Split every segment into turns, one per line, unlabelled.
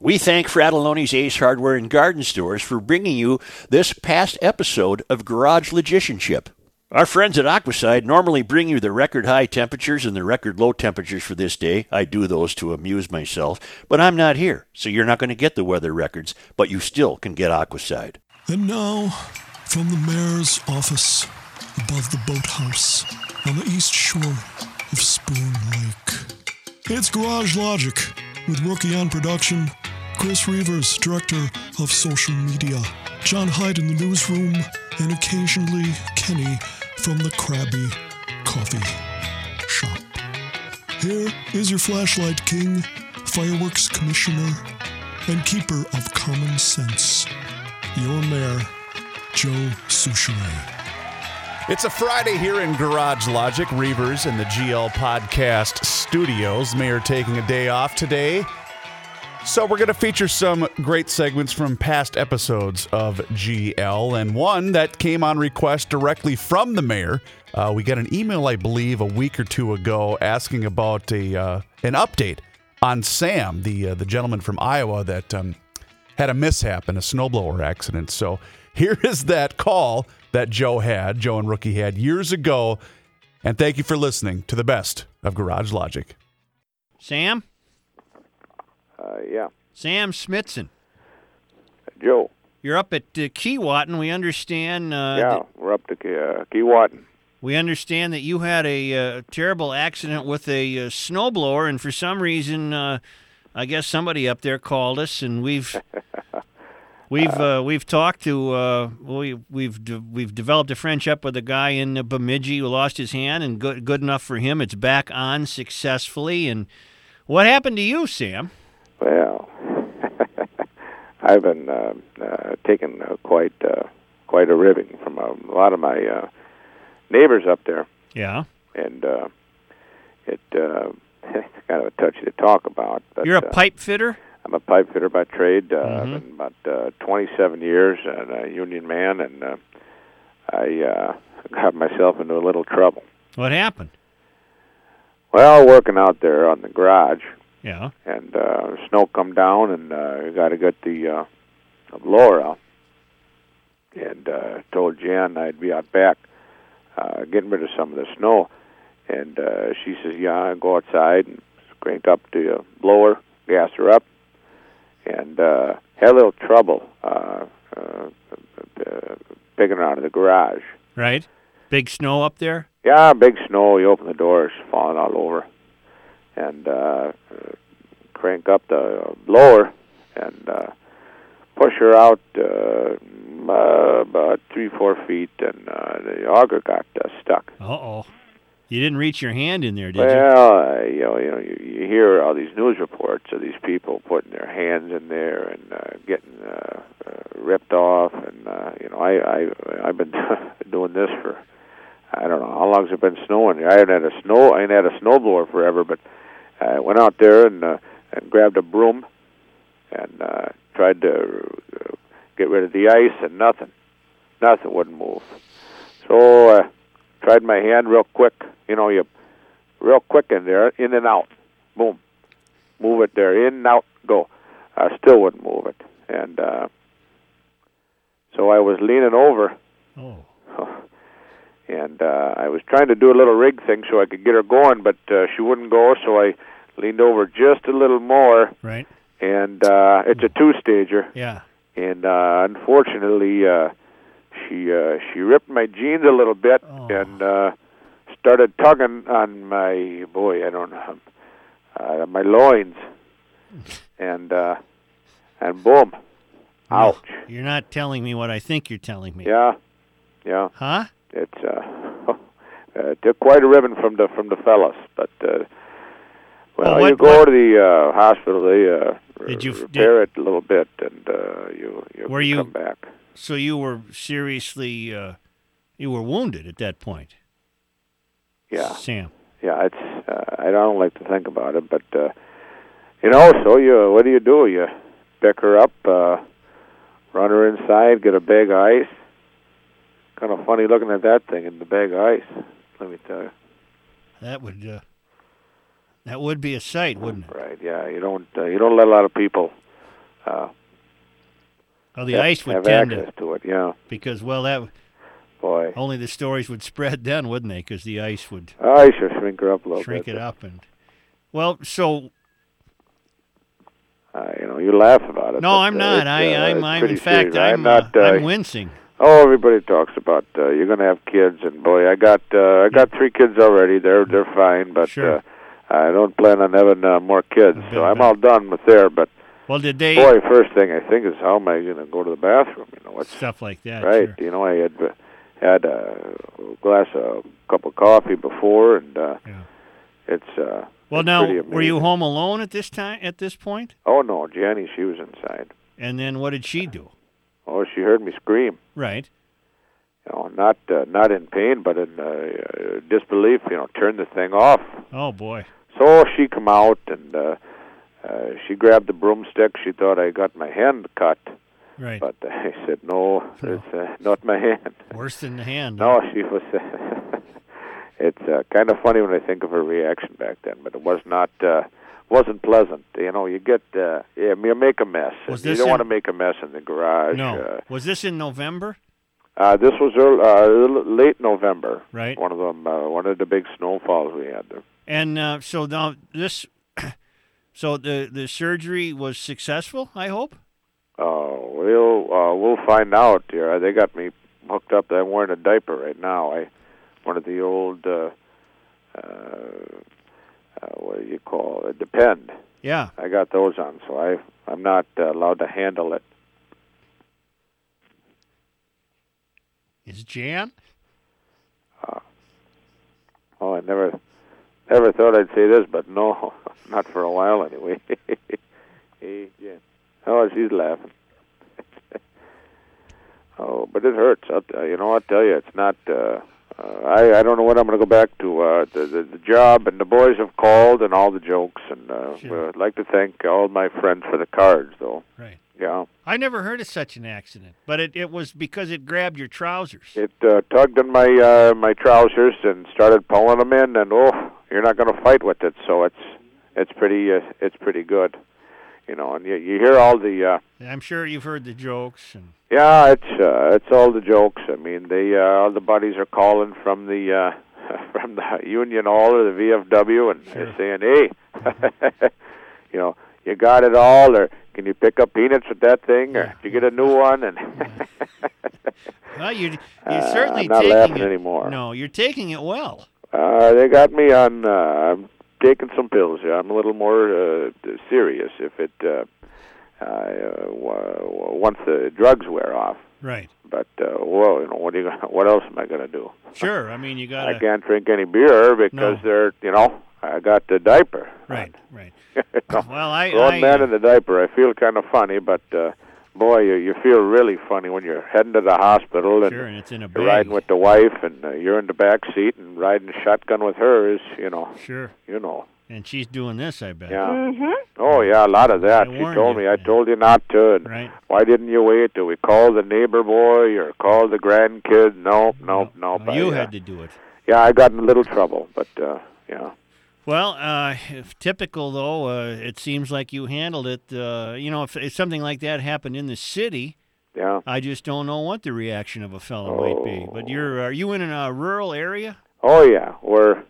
We thank Fratelloni's Ace Hardware and Garden Stores for bringing you this past episode of Garage Logicianship. Our friends at Aquaside normally bring you the record high temperatures and the record low temperatures for this day. I do those to amuse myself, but I'm not here, so you're not going to get the weather records, but you still can get Aquaside.
And now, from the mayor's office, above the boathouse, on the east shore of Spoon Lake, it's Garage Logic with Rookie on production, Chris Reavers, director of social media, John Hyde in the newsroom, and occasionally Kenny from the Krabby Coffee Shop. Here is your flashlight king, fireworks commissioner, and keeper of common sense, your mayor, Joe Souchere.
It's a Friday here in Garage Logic, Reavers and the GL Podcast Studios. Mayor taking a day off today. So, we're going to feature some great segments from past episodes of GL, and one that came on request directly from the mayor. Uh, we got an email, I believe, a week or two ago asking about a uh, an update on Sam, the uh, the gentleman from Iowa that um, had a mishap in a snowblower accident. So here is that call that Joe had, Joe and Rookie had years ago. And thank you for listening to the best of Garage Logic.
Sam?
Uh, yeah.
Sam Smitson.
Joe.
You're up at uh, Keewatin. We understand. Uh,
yeah,
that-
we're up to Key, uh, Keewatin.
we understand that you had a uh, terrible accident with a uh, snowblower, and for some reason, uh, I guess somebody up there called us, and we've we've uh, we've talked to uh, we we've de- we've developed a friendship with a guy in uh, Bemidji who lost his hand, and good good enough for him. It's back on successfully. And what happened to you, Sam?
Well, I've been uh, uh, taking uh, quite uh, quite a ribbing from a lot of my uh, neighbors up there,
Yeah,
and uh, it uh, it's kind of touchy to talk about. But,
you're a
uh,
pipe fitter.
I'm a pipe fitter by trade. Uh,
Mm-hmm.
I've been about uh, 27 years and a union man, and uh, I uh, got myself into a little trouble.
What happened?
Well, working out there on the garage,
Yeah.
and uh, snow come down, and uh, we got to get the uh, Laura. And uh, told Jan I'd be out back uh, getting rid of some of the snow, and uh, she says, "Yeah, I'll go outside." And cranked up the uh, blower, gassed her up, and uh, had a little trouble uh, uh, uh, picking her out of the garage.
Right. Big snow up there.
Yeah, big snow. You open the door, it's falling all over, and uh, crank up the blower and uh, push her out uh, uh, about three, four feet, and uh, the auger got uh, stuck.
Uh oh. You didn't reach your hand in there, did you?
Well, uh, you know, you know, you, you hear all these news reports of these people putting their hands in there and uh, getting uh, uh, ripped off, and uh, you know, I, I I've been doing this for I don't know how long's it been snowing. I ain't had a snow, I ain't had a snowblower forever, but I went out there and uh, and grabbed a broom and uh, tried to uh, get rid of the ice, and nothing, nothing wouldn't move. So I uh, tried my hand real quick. You know, you real quick in there, in and out, boom, move it there, in and out, go. I still wouldn't move it, and uh, so I was leaning over,
Oh.
and uh, I was trying to do a little rig thing so I could get her going, but uh, she wouldn't go, so I leaned over just a little more,
Right.
and uh, it's a two-stager,
Yeah.
and uh, unfortunately, uh, she uh, she ripped my jeans a little bit
Oh.
and uh, started tugging on my boy. I don't know uh, my loins, and uh, and boom, ouch.
You're not telling me what I think you're telling me.
Yeah, yeah.
Huh?
It's uh, uh, took quite a ribbon from the from the fellas, but. Uh, well,
Well, what-
you go to the uh, hospital. They uh,
Did you-
repair it a little bit, and uh, you you
Were you-
come back.
So you were seriously, uh, you were wounded at that point.
Yeah.
Sam.
yeah, it's uh, I don't like to think about it, but uh, you know, so you what do you do? You pick her up, uh, run her inside, get a bag of ice. Kind of funny looking at that thing in the bag of ice. Let me tell you.
That would, uh, that would be a sight, wouldn't it?
Right? Yeah, you don't uh, you don't let a lot of people uh,
Oh, the
have-
ice would
have
tend
access
to
to it. Yeah,
because well that
boy,
only the stories would spread then, wouldn't they? Because the ice would
I should shrink her up a little
shrink
bit.
it up and well, so
Uh, you know, you laugh about it.
no,
but,
I'm
uh,
not.
it's,
I,
uh,
I'm,
it's
I'm
pretty
in fact,
serious.
I'm,
not.
uh,
uh,
I'm wincing.
Oh, everybody talks about uh, you're going to have kids, and boy, I got uh, I got three kids already. They're they're fine, but
Sure.
uh, I don't plan on having uh, more kids.
Been
So I'm
about-
all done with there. But
Well, did they
boy, first thing I think is how am I going to go to the bathroom? You know, what's
stuff like that?
right?
sure.
You know, I had uh, had a glass, a cup of coffee before, and uh,
Yeah.
it's uh,
Well,
it's
now
pretty
were you
amazing.
home alone at this time? At this point,
Oh no, Jenny, she was inside.
and then what did she do?
Oh, she heard me scream.
Right.
You know, not uh, not in pain, but in uh, uh, disbelief. You know, turn the thing off.
Oh boy.
So she come out and uh, uh, she grabbed the broomstick. She thought I got my hand cut,
Right.
but I said no, it's uh, not my hand.
Worse than the hand. huh?
No, she was. it's uh, kind of funny when I think of her reaction back then, but it was not uh, wasn't pleasant. You know, you get uh, yeah, you make a mess.
Was
you
this
don't
in-
want to make a mess in the garage.
No. Was this in November?
Uh, uh, this was early, uh, l- late November.
Right.
One of them. Uh, one of the big snowfalls we had there.
And uh, so now this, so the the surgery was successful. I hope.
Oh, we'll uh, we'll find out here. They got me hooked up. I'm wearing a diaper right now. I one of the old uh, uh, uh, what do you call it? Depend.
Yeah.
I got those on, so I I'm not uh, allowed to handle it.
Is Jan?
Oh, I never never thought I'd say this, but no, not for a while anyway. hey, Jen. Oh, she's laughing. oh, but it hurts. I'll, t- you know, I'll tell you, it's not. Uh, uh, I I don't know what I'm going to go back to. Uh, the, the the job and the boys have called and all the jokes, and uh,
Sure.
I'd like to thank all my friends for the cards, though.
Right.
Yeah,
I never heard of such an accident, but it, it was because it grabbed your trousers.
it uh, tugged on my uh, my trousers and started pulling them in, and oh, you're not going to fight with it. So it's it's pretty uh, it's pretty good, you know. And you, you hear all the uh,
I'm sure you've heard the jokes and
yeah, it's uh, it's all the jokes. I mean, they uh, all the buddies are calling from the uh, from the Union Hall or the VFW, and
Sure. Mm-hmm.
they're saying, "Hey, you know, you got it all, or can you pick up peanuts with that thing, or did you get a new one?" And
well, you you
Uh,
certainly
I'm not
taking
laughing
it,
anymore.
No, you're taking it well.
Uh, they got me on. Uh, I'm taking some pills. Yeah, I'm a little more uh, serious if it uh, uh, w- once the drugs wear off.
Right.
But uh, well, you know, what do you? gonna- What else am I going to do?
Sure. I mean, you got
I
to.
can't drink any beer because
Uh, No.
they're you know I got the diaper.
Right. Right.
You know,
Well, I.
grown
I
man
uh,
in the diaper. I feel kind of funny, but uh, boy, you, you feel really funny when you're heading to the hospital and
sure, and it's in a bag.
you're riding with the wife and uh, you're in the back seat and riding shotgun with her is you know
Sure.
you know.
And she's doing this, I bet.
Yeah. Oh yeah, a lot of that.
I
she
warned
told
you,
me. I
yeah.
told you not to. And
Right.
Why didn't you wait till we called the neighbor boy or called the grandkid? Nope, nope, nope.
Well, you
I, uh,
had to do it.
Yeah, I got in a little trouble, but uh, yeah.
Well, uh, if typical though, uh, it seems like you handled it. Uh, you know, if, if something like that happened in the city,
Yeah.
I just don't know what the reaction of a fellow might be. But
Oh.
you're are you in a rural area?
Oh yeah, we're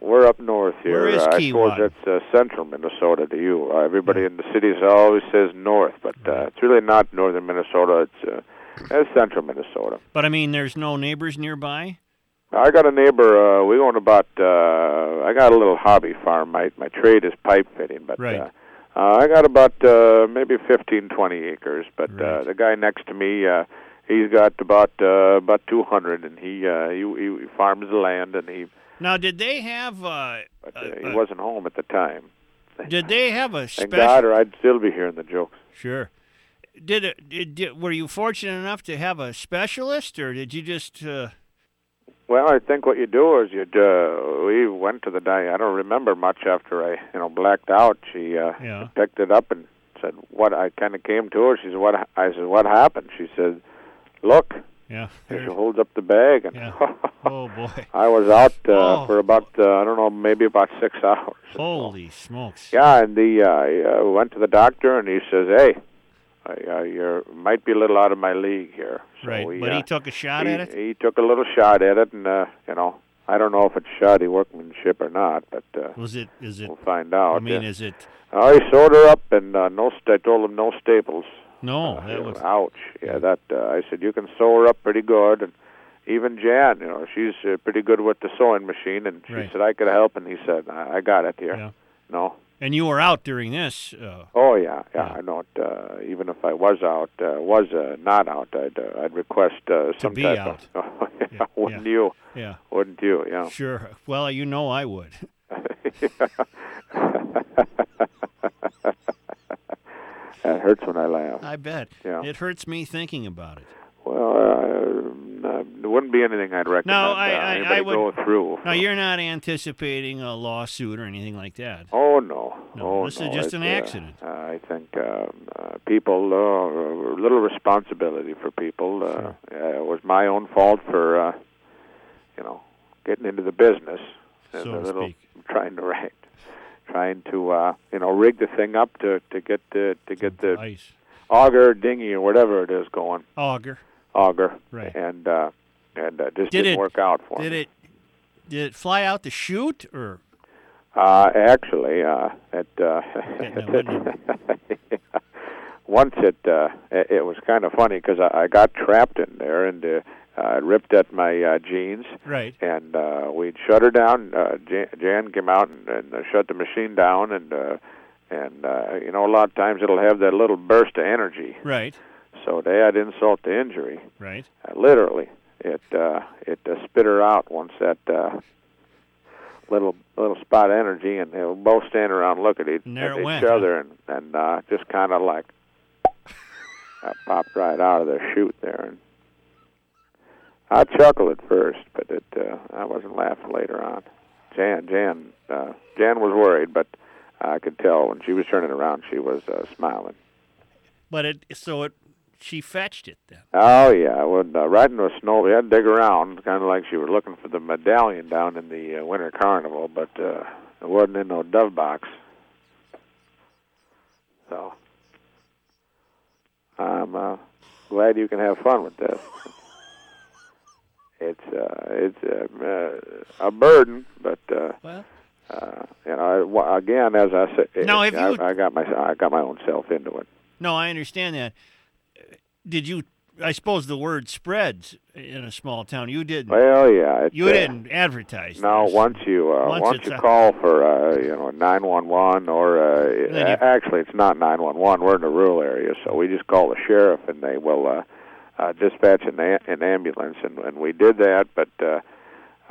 we're up north here.
Where is
Uh, I suppose
Kiwan?
that's uh, central Minnesota to you. Uh, everybody in the cities always says north, but uh, it's really not northern Minnesota. It's uh, it's central Minnesota.
But I mean, there's no neighbors nearby.
I got a neighbor. Uh, we own about. Uh, I got a little hobby farm. My my trade is pipe fitting, but
Right.
uh, uh, I got about uh, maybe fifteen twenty acres. But uh,
Right.
the guy next to me, uh, he's got about uh, about two hundred, and he, uh, he he farms the land, and he
Now, did they have uh,
but, uh,
Uh,
he
uh,
wasn't home at the time.
did they have a
Thank
special?
God, or I'd still be hearing the jokes.
Sure. Did, it, did, did were you fortunate enough to have a specialist, or did you just? Uh,
Well, I think what you do is you uh, we went to the diet. I don't remember much after I you know blacked out. She uh,
Yeah.
picked it up and said, "What?" I kind of came to her. She said, "What?" ha- I said, "What happened?" She said, "Look,
Yeah.
And she holds up the bag, and
Yeah. Oh boy.
I was out uh,
Oh.
for about uh, I don't know, maybe about six hours.
Holy smokes.
Yeah, and the uh, I uh, went to the doctor, and he says, "Hey, I, uh, you might be a little out of my league here." So
Right.
we,
but
uh,
he took a shot
he,
at it.
he took a little shot at it, and uh, you know, I don't know if it's shoddy workmanship or not, but uh,
Was it? Is it?
we'll find out.
I mean,
yeah.
is it?
I sewed her up, and uh, no, st- I told him no staples.
No.
Uh,
That was.
ouch. Yeah, that uh, I said you can sew her up pretty good, and even Jan, you know, she's uh, pretty good with the sewing machine, and she
Right.
said I could help, and he said I, I got it here.
Yeah.
No.
And you were out during this. Uh,
Oh yeah, yeah.
Yeah.
I know. It, uh, even if I was out, uh, was uh, not out, I'd uh, I'd request uh, some
be
type
out.
of.
Yeah,
wouldn't
yeah.
you?
yeah.
Wouldn't you? Yeah.
Sure. Well, you know I would.
That hurts when I laugh.
I bet.
Yeah.
It hurts me thinking about it.
Well, uh, uh, there wouldn't be anything I'd recommend
I-
uh,
I- I
anybody
would-
go through.
Now you're not anticipating a lawsuit or anything like that.
Oh no!
No,
oh,
this is
no.
just an
uh,
accident.
Uh, I think um, uh, people uh, a little responsibility for people. Uh, uh, it was my own fault for uh, you know getting into the business and
So to
a little
speak.
trying to right, trying to uh, you know rig the thing up to to get the to get the
Ice.
auger dinghy or whatever it is going
Auger.
auger
Right.
and uh, and uh, just
Did
not
it-
work out for
Did
me.
it? Did it fly out the chute or?
Uh, actually, uh, it, uh,
no, wouldn't
once it, uh, it it was kind of funny because I, I got trapped in there and uh, I ripped at my uh, jeans,
Right.
and uh, we'd shut her down. Uh, Jan, Jan came out and, and uh, shut the machine down, and uh, and uh, you know a lot of times it'll have that little burst of energy.
Right.
So to add insult to injury,
Right.
uh, literally it uh it uh, spit her out once that uh little little spot of energy and they'll both stand around look at each,
And there
at
it
each
went, huh?
other and and uh just kind of like uh, popped right out of their chute there and I chuckled at first but it uh I wasn't laughing later on Jan Jan uh Jan was worried but I could tell when she was turning around she was uh, smiling
But it. So it. She fetched it then.
Oh yeah, when uh, riding the snow, we had to dig around, kind of like she was looking for the medallion down in the uh, winter carnival, but uh, it wasn't in no dove box. So I'm uh, glad you can have fun with this. It's uh, it's uh, uh, a burden, but uh,
Well.
uh, you know, I- wa- again, as I said,
Now, if
I,
you-
I got my I got my own self into it.
No, I understand that. Did you? I suppose the word spreads in a small town. You didn't.
Well, yeah, it,
you
uh,
didn't advertise.
No,
this.
once you uh,
Once
once,
it's
you
a-
call for uh, you know nine one one or uh,
Then you-
a- actually it's not nine one one. We're in a rural area, so we just call the sheriff and they will uh, uh, dispatch an, a- an ambulance, and, and we did that. But uh,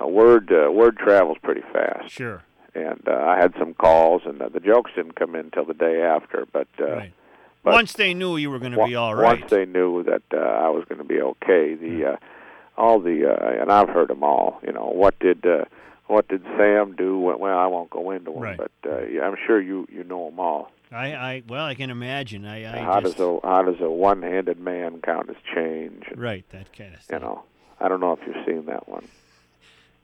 uh, word uh, word travels pretty fast,
Sure.
and uh, I had some calls, and uh, the jokes didn't come in till the day after. But uh,
Right.
but-
once they knew you were going to be
on-
all right.
Once they knew that uh, I was going to be okay, the uh, all the uh, and I've heard them all. You know, what did uh, what did Sam do? Well, well, I won't go into them,
Right.
but uh, yeah, I'm sure you you know them all.
I, I. Well, I can imagine. I. I
how
just,
does a how does a one-handed man count as change? And,
Right. That kind of
You
thing.
know, I don't know if you've seen that one.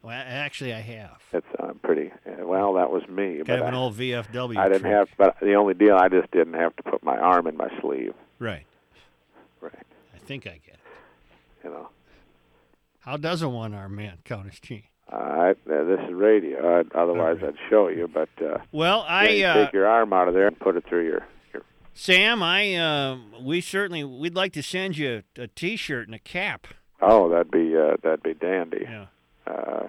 Well, actually, I have.
It's uh, pretty uh, well. That was me,
Kind of
but
an
I,
old VFW.
I didn't
trick.
have. But the only deal, I just didn't have to put my arm in my sleeve.
Right.
Right.
I think I get it.
You know.
How does a one-armed man count as cheating?
Uh, I, uh, this is radio. Uh, otherwise,
All right.
I'd show you, but. Uh,
Well, I
Yeah, you
uh,
take your arm out of there and put it through your. your
Sam, I uh, we certainly we'd like to send you a, a T-shirt and a cap.
oh, that'd be uh, that'd be dandy.
Yeah.
Uh,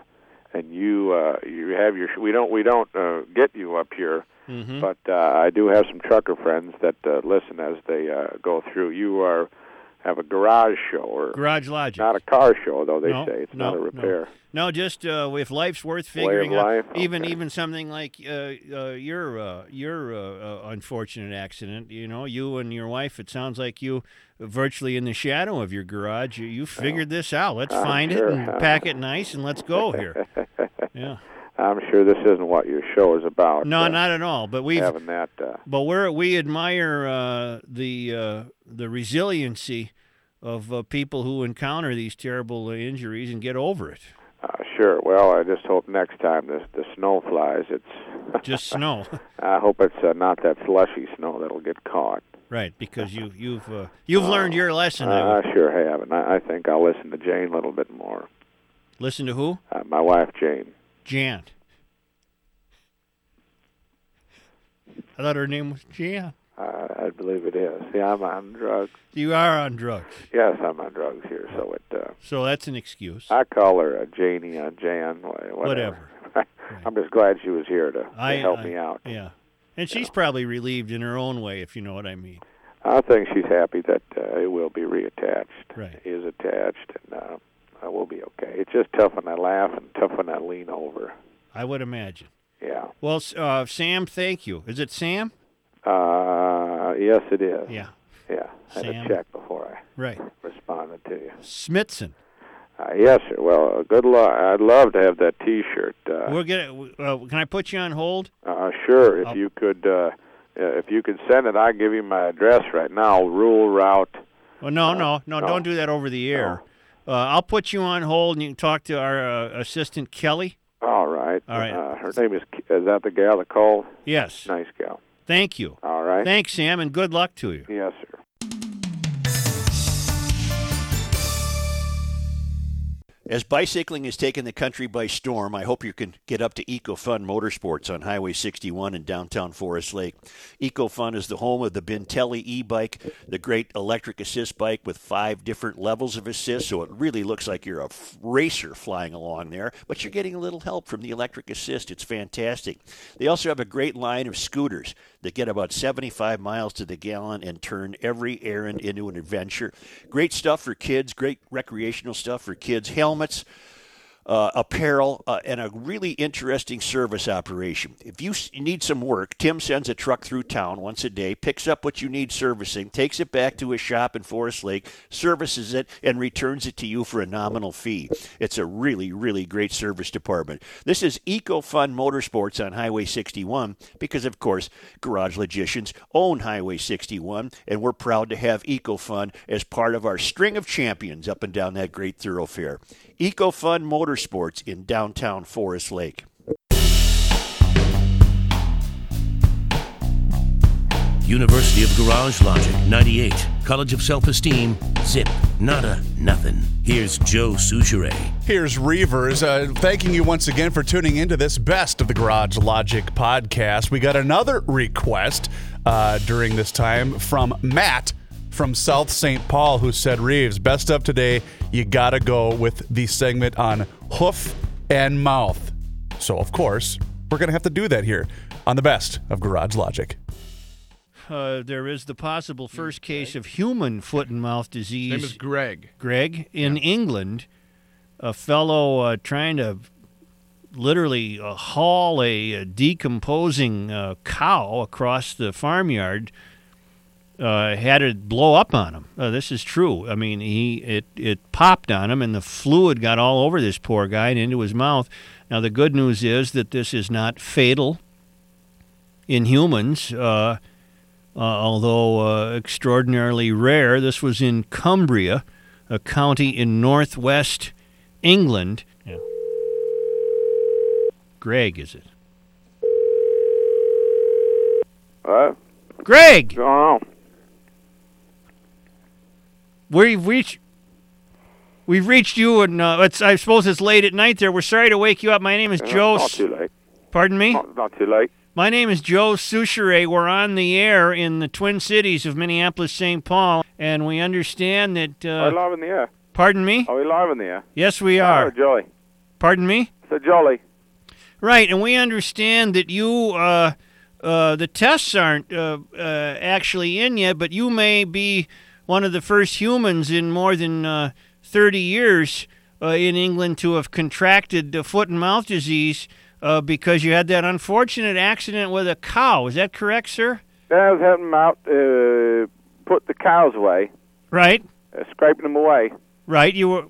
and you uh, you have your we don't we don't uh, get you up here,
Mm-hmm.
but uh, I do have some trucker friends that uh, listen as they uh, go through. You are have a garage show or
Garage Logic.
not a car show though they
No,
say it's
no,
not a
no.
repair.
No, just uh, if life's worth
Way of
figuring out,
life?
even
Okay.
even something like uh, uh, your uh, your uh, uh, unfortunate accident. You know, you and your wife. It sounds like you, virtually in the shadow of your garage, you, you figured this out. Let's find
sure.
it and pack it nice, and let's go here. yeah.
I'm sure this isn't what your show is about.
No,
uh,
not at all. But we've
having that. Uh,
But we're, we admire uh, the uh, the resiliency of uh, people who encounter these terrible uh, injuries and get over it.
Uh, sure. Well, I just hope next time the the snow flies. It's.
Just snow,
I hope it's uh, not that slushy snow that'll get caught.
right? Because you you've uh, you've learned your lesson. I would-
I Uh, sure have, and I, I think I'll listen to Jane a little bit more.
Listen to who?
Uh, my wife, Jane.
Jan. I thought her name was Jan.
Uh, I believe it is. Yeah, I'm on drugs.
You are on drugs,
Yes, I'm on drugs here, so it. Uh,
so that's an excuse.
I call her uh, Janie, uh, Jan, wha- whatever. I'm just glad she was here to, to
I uh,
help
I-
me out.
Yeah, and she's probably relieved in her own way, if you know what I mean.
I think she's happy that uh, it will be reattached,
Right.
is attached, and uh, I will be okay. It's just tough when I laugh and tough when I lean over.
I would imagine.
Yeah.
Well, s- uh, Sam, thank you. Is it Sam?
Uh, yes, it is.
Yeah,
Yeah. I had
Sam.
to check before
right.
I responded to you.
Smitson.
Uh, yes, sir. Well, uh, good luck. I'd love to have that T-shirt. Uh,
We're gonna. Uh, can I put you on hold?
uh, sure, if
I'll-
you could, uh, uh, if you could send it, I'll give you my address right now. Rural route.
Well, Oh, no, no, no,
no.
Don't do that over the air. Uh, I'll put you on hold, and you can talk to our uh, assistant Kelly.
All right.
All right.
Uh, her name is. K- Is that the gal that called?
Yes.
Nice gal.
Thank you.
All right.
Thanks, Sam, and good luck to you.
yes, sir.
As bicycling has taken the country by storm, I hope you can get up to EcoFun Motorsports on Highway 61 in downtown Forest Lake. EcoFun is the home of the Bentelli e bike, the great electric assist bike with five different levels of assist, so it really looks like you're a f- racer flying along there, but you're getting a little help from the electric assist. It's fantastic. They also have a great line of scooters that get about 75 miles to the gallon and turn every errand into an adventure. Great stuff for kids, great recreational stuff for kids, helmets, uh, apparel, uh, and a really interesting service operation. If you s- need some work, Tim sends a truck through town once a day, picks up what you need servicing, takes it back to his shop in Forest Lake, services it, and returns it to you for a nominal fee. It's a really, really great service department. This is EcoFun Motorsports on Highway 61 because, of course, Garage Logicians own Highway 61, and we're proud to have EcoFun as part of our string of champions up and down that great thoroughfare. EcoFun Motorsports in downtown Forest Lake.
University of Garage Logic, 98. College of Self Esteem, zip, nada, nothing. Here's Joe Souchere.
Here's Reavers uh, thanking you once again for tuning into this best of the Garage Logic podcast. We got another request uh, during this time from Matt from South St. Paul, who said, Reeves, best of today, you gotta go with the segment on hoof and mouth. So, of course, we're gonna have to do that here on the best of Garage Logic.
Uh, there is the possible first case of human foot and mouth disease.
Hmm. His name is Greg.
Greg, in England, a fellow uh, trying to literally uh, haul a, uh decomposing uh, cow across the farmyard uh, had it blow up on him. Uh, this is true. I mean, he it it popped on him, and the fluid got all over this poor guy and into his mouth. Now, the good news is that this is not fatal in humans. Uh, uh, although uh, extraordinarily rare. This was in Cumbria, a county in northwest England. Greg, is it?
What?
Greg,
Going on?
we've reached. We've reached you, and uh, it's, I suppose it's late at night there. We're sorry to wake you up. My name is Joe.
Not
S-
too late.
Pardon me?
Not, not too late.
My name is Joe Souchere. We're on the air in the Twin Cities of Minneapolis, St. Paul, and we understand that.
Are
Uh,
we live in the air?
pardon me?
Are we live in the air?
Yes, we
Oh,
are.
jolly.
Pardon me?
So jolly.
Right, and we understand that you, uh, uh, the tests aren't uh, uh, actually in yet, but you may be one of the first humans in more than uh, 30 years uh, in England to have contracted the foot and mouth disease uh, because you had that unfortunate accident with a cow. Is that correct, sir?
Then I was helping him out, uh, put the cows away,
Right,
uh, scraping them away.
right. You were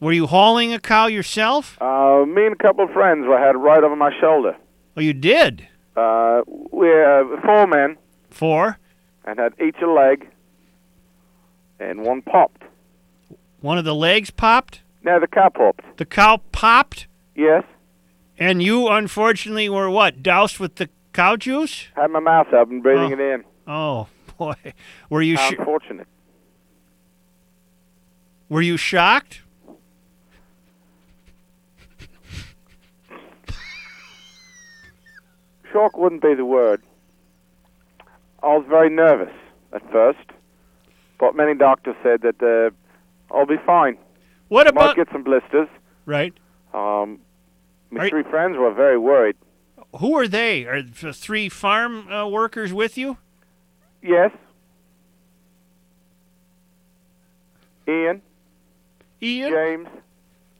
were you hauling a cow yourself?
Uh, me and a couple of friends were had right over my shoulder.
Oh, you did.
Uh, we're uh, four men
Four.
and had each a leg,
and one popped.
One of the legs popped.
Now the car popped.
The cow popped,
Yes,
and you unfortunately were what doused with the cow juice.
had my mouth open, breathing it in.
Oh boy, were you sh-
Unfortunate.
were you shocked?
Shock wouldn't be the word. I was very nervous at first, but many doctors said that uh, I'll be fine.
What
Might
about
get some blisters.
right?
Um, my
Are you-
three friends were very worried.
Who are they? Are the three farm uh, workers with you?
Yes. Ian,
Ian
James,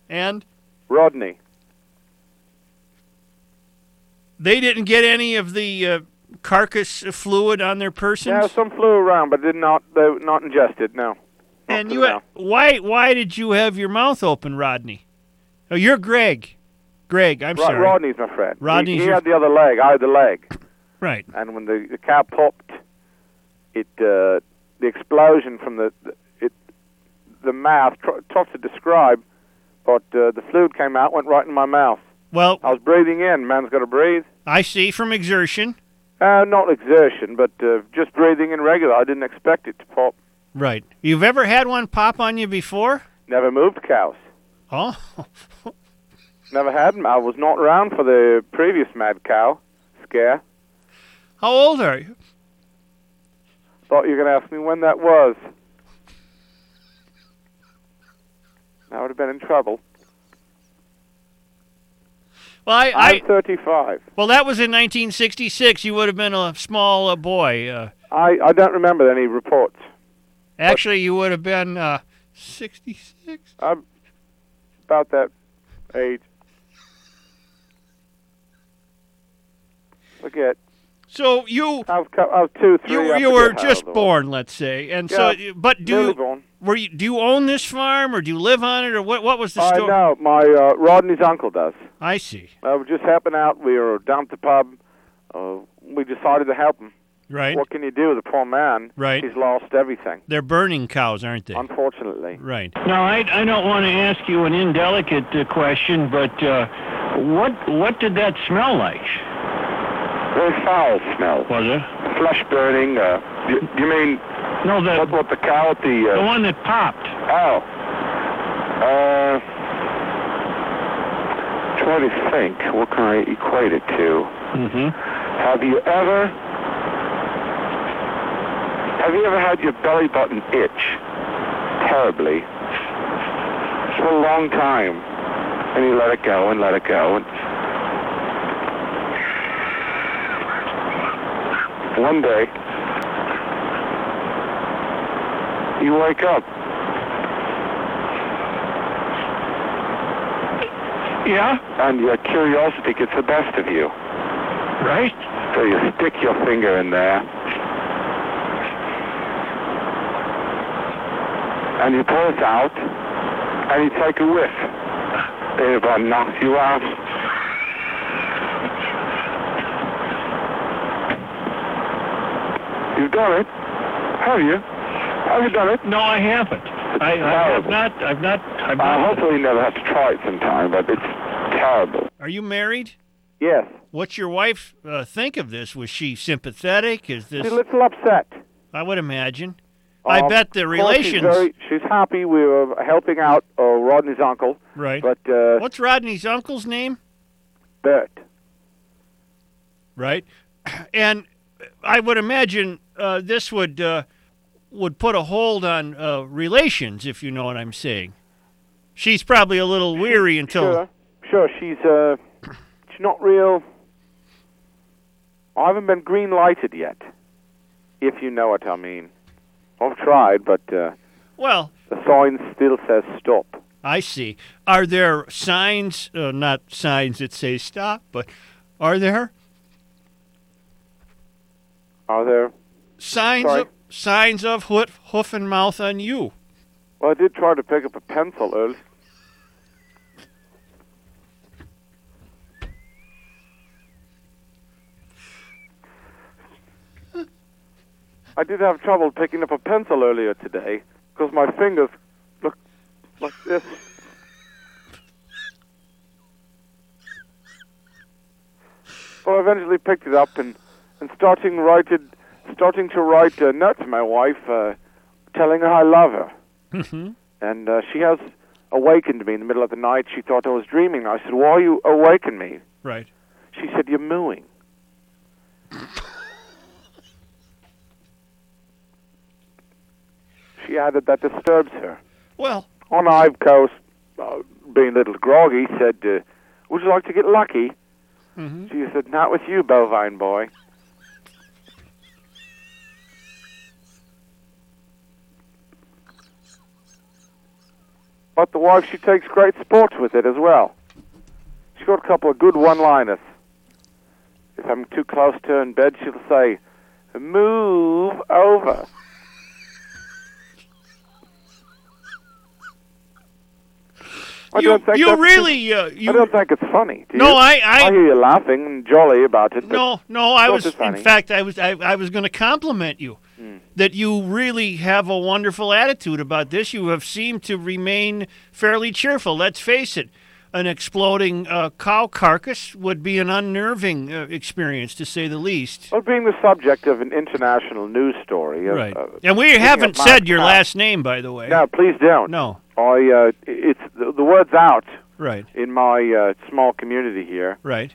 and
Rodney.
they didn't get any of the uh, carcass fluid on their persons.
Now some flew around, but did not they were not ingested. No. Not
and
till
you
now.
why why did you have your mouth open, Rodney? Oh, you're Greg. Greg, I'm
Ro-
sorry.
Rodney's my friend. He-
Rodney's
he,
your-
had the other leg. I had the leg,
Right.
and when the, the cow popped, it uh, the explosion from the the- it the mouth. tr- Tough to describe, but uh, the fluid came out, went right in my mouth.
Well,
I was breathing in. Man's got to breathe.
I see from exertion.
Uh, not exertion, but uh, just breathing in regular. I didn't expect it to pop.
Right. You've ever had one pop on you before?
Never moved cows.
Oh,
Never had them. I was not around for the previous mad cow scare.
how old are you?
Thought you were going to ask me when that was. I would have been in trouble.
Well, I, I
I'm 35.
well that was in 1966. You would have been a small uh, boy. Uh,
I, I don't remember any reports.
actually, you would have been uh, 66.
I'm about that age. Forget.
So you
I was, co- I was two, three.
you
I
you
forget
were
how
just
old I was.
born, let's say, and so
Yeah,
you- but do
Newly
you,
born.
were you do you own this farm or do you live on it or what what was the
I
story?
know. My uh, Rodney's uncle does.
I see.
I was just helping out. We were down at the pub. Uh, we decided to help him.
Right.
What can you do with a poor man?
Right.
He's lost everything,
They're burning cows, aren't they?
unfortunately.
Right.
Now, I, I don't want to ask you an indelicate uh, question, but uh, what what did that smell like?
Very foul smell.
Was it?
Flesh burning. Uh, you, you mean
No, the,
what the cow at the... uh,
the one that popped.
Oh. Uh, try to think. What can I equate it to?
Mm-hmm.
Have you ever? Have you ever had your belly button itch terribly for a long time, and you let it go and let it go and one day you wake up
Yeah,
and your curiosity gets the best of you.
right?
So you stick your finger in there. And you pull it out, and you take a whiff. It about knocks you out. You've done it, have you? Have you done it?
No, I haven't. I, I have
terrible.
not. I've not. I've
I
not.
hopefully never have to try it sometime, but it's terrible.
Are you married?
Yes,
What's your wife uh, think of this? Was she sympathetic? Is this?
she's a little upset.
I would imagine. I
Um,
bet the
of course
relations.
She's, very, she's happy we were helping out uh, Rodney's uncle,
right.
but uh,
What's Rodney's uncle's name?
Bert.
Right. And I would imagine uh, this would uh, would put a hold on uh, relations, if you know what I'm saying. She's probably a little weary until.
Sure, sure. She's uh, she's not real. I haven't been green lighted yet, if you know what I mean. I've tried, but uh,
Well,
the sign still says stop.
I see. Are there signs? Uh, not signs that say stop, but are there
Are there?
signs
Sorry.
of signs of hoof, hoof and mouth on you?
Well, I did try to pick up a pencil early. I did have trouble picking up a pencil earlier today because my fingers look like this. Well, I eventually picked it up and, and starting writed, starting to write a note to my wife, uh, telling her I love her.
Mm-hmm.
And uh, she has awakened me in the middle of the night. She thought I was dreaming. I said, "Why you awaken me?"
Right.
She said, "You're mooing." she added, "That disturbs her."
Well,
On Ivecoast, uh, being a little groggy, said, uh, "Would you like to get lucky?"
Mm-hmm.
Mm-hmm.
She said, "Not with you, bovine boy." But the wife, she takes great sport with it as well. She got a couple of good one-liners. If I'm too close to her in bed, she'll say, "Move over." I
you
don't think
you
that's-
really uh, you
I don't think it's funny. Do
No,
you?
I- I-
hear you laughing and jolly about it. but
no no I
Don't
was
just
in
funny.
fact I was I, I was going to compliment you
Hmm.
that you really have a wonderful attitude about this. You have seemed to remain fairly cheerful. Let's face it. An exploding uh, cow carcass would be an unnerving uh, experience, to say the least.
Well, being the subject of an international news story. uh,
Right.
uh,
And we
speaking of
haven't
Mark
said your
Cow-
last name, by the way.
No, please don't.
No.
I. Uh, it's the, the word's out
Right.
in my uh, small community here.
Right.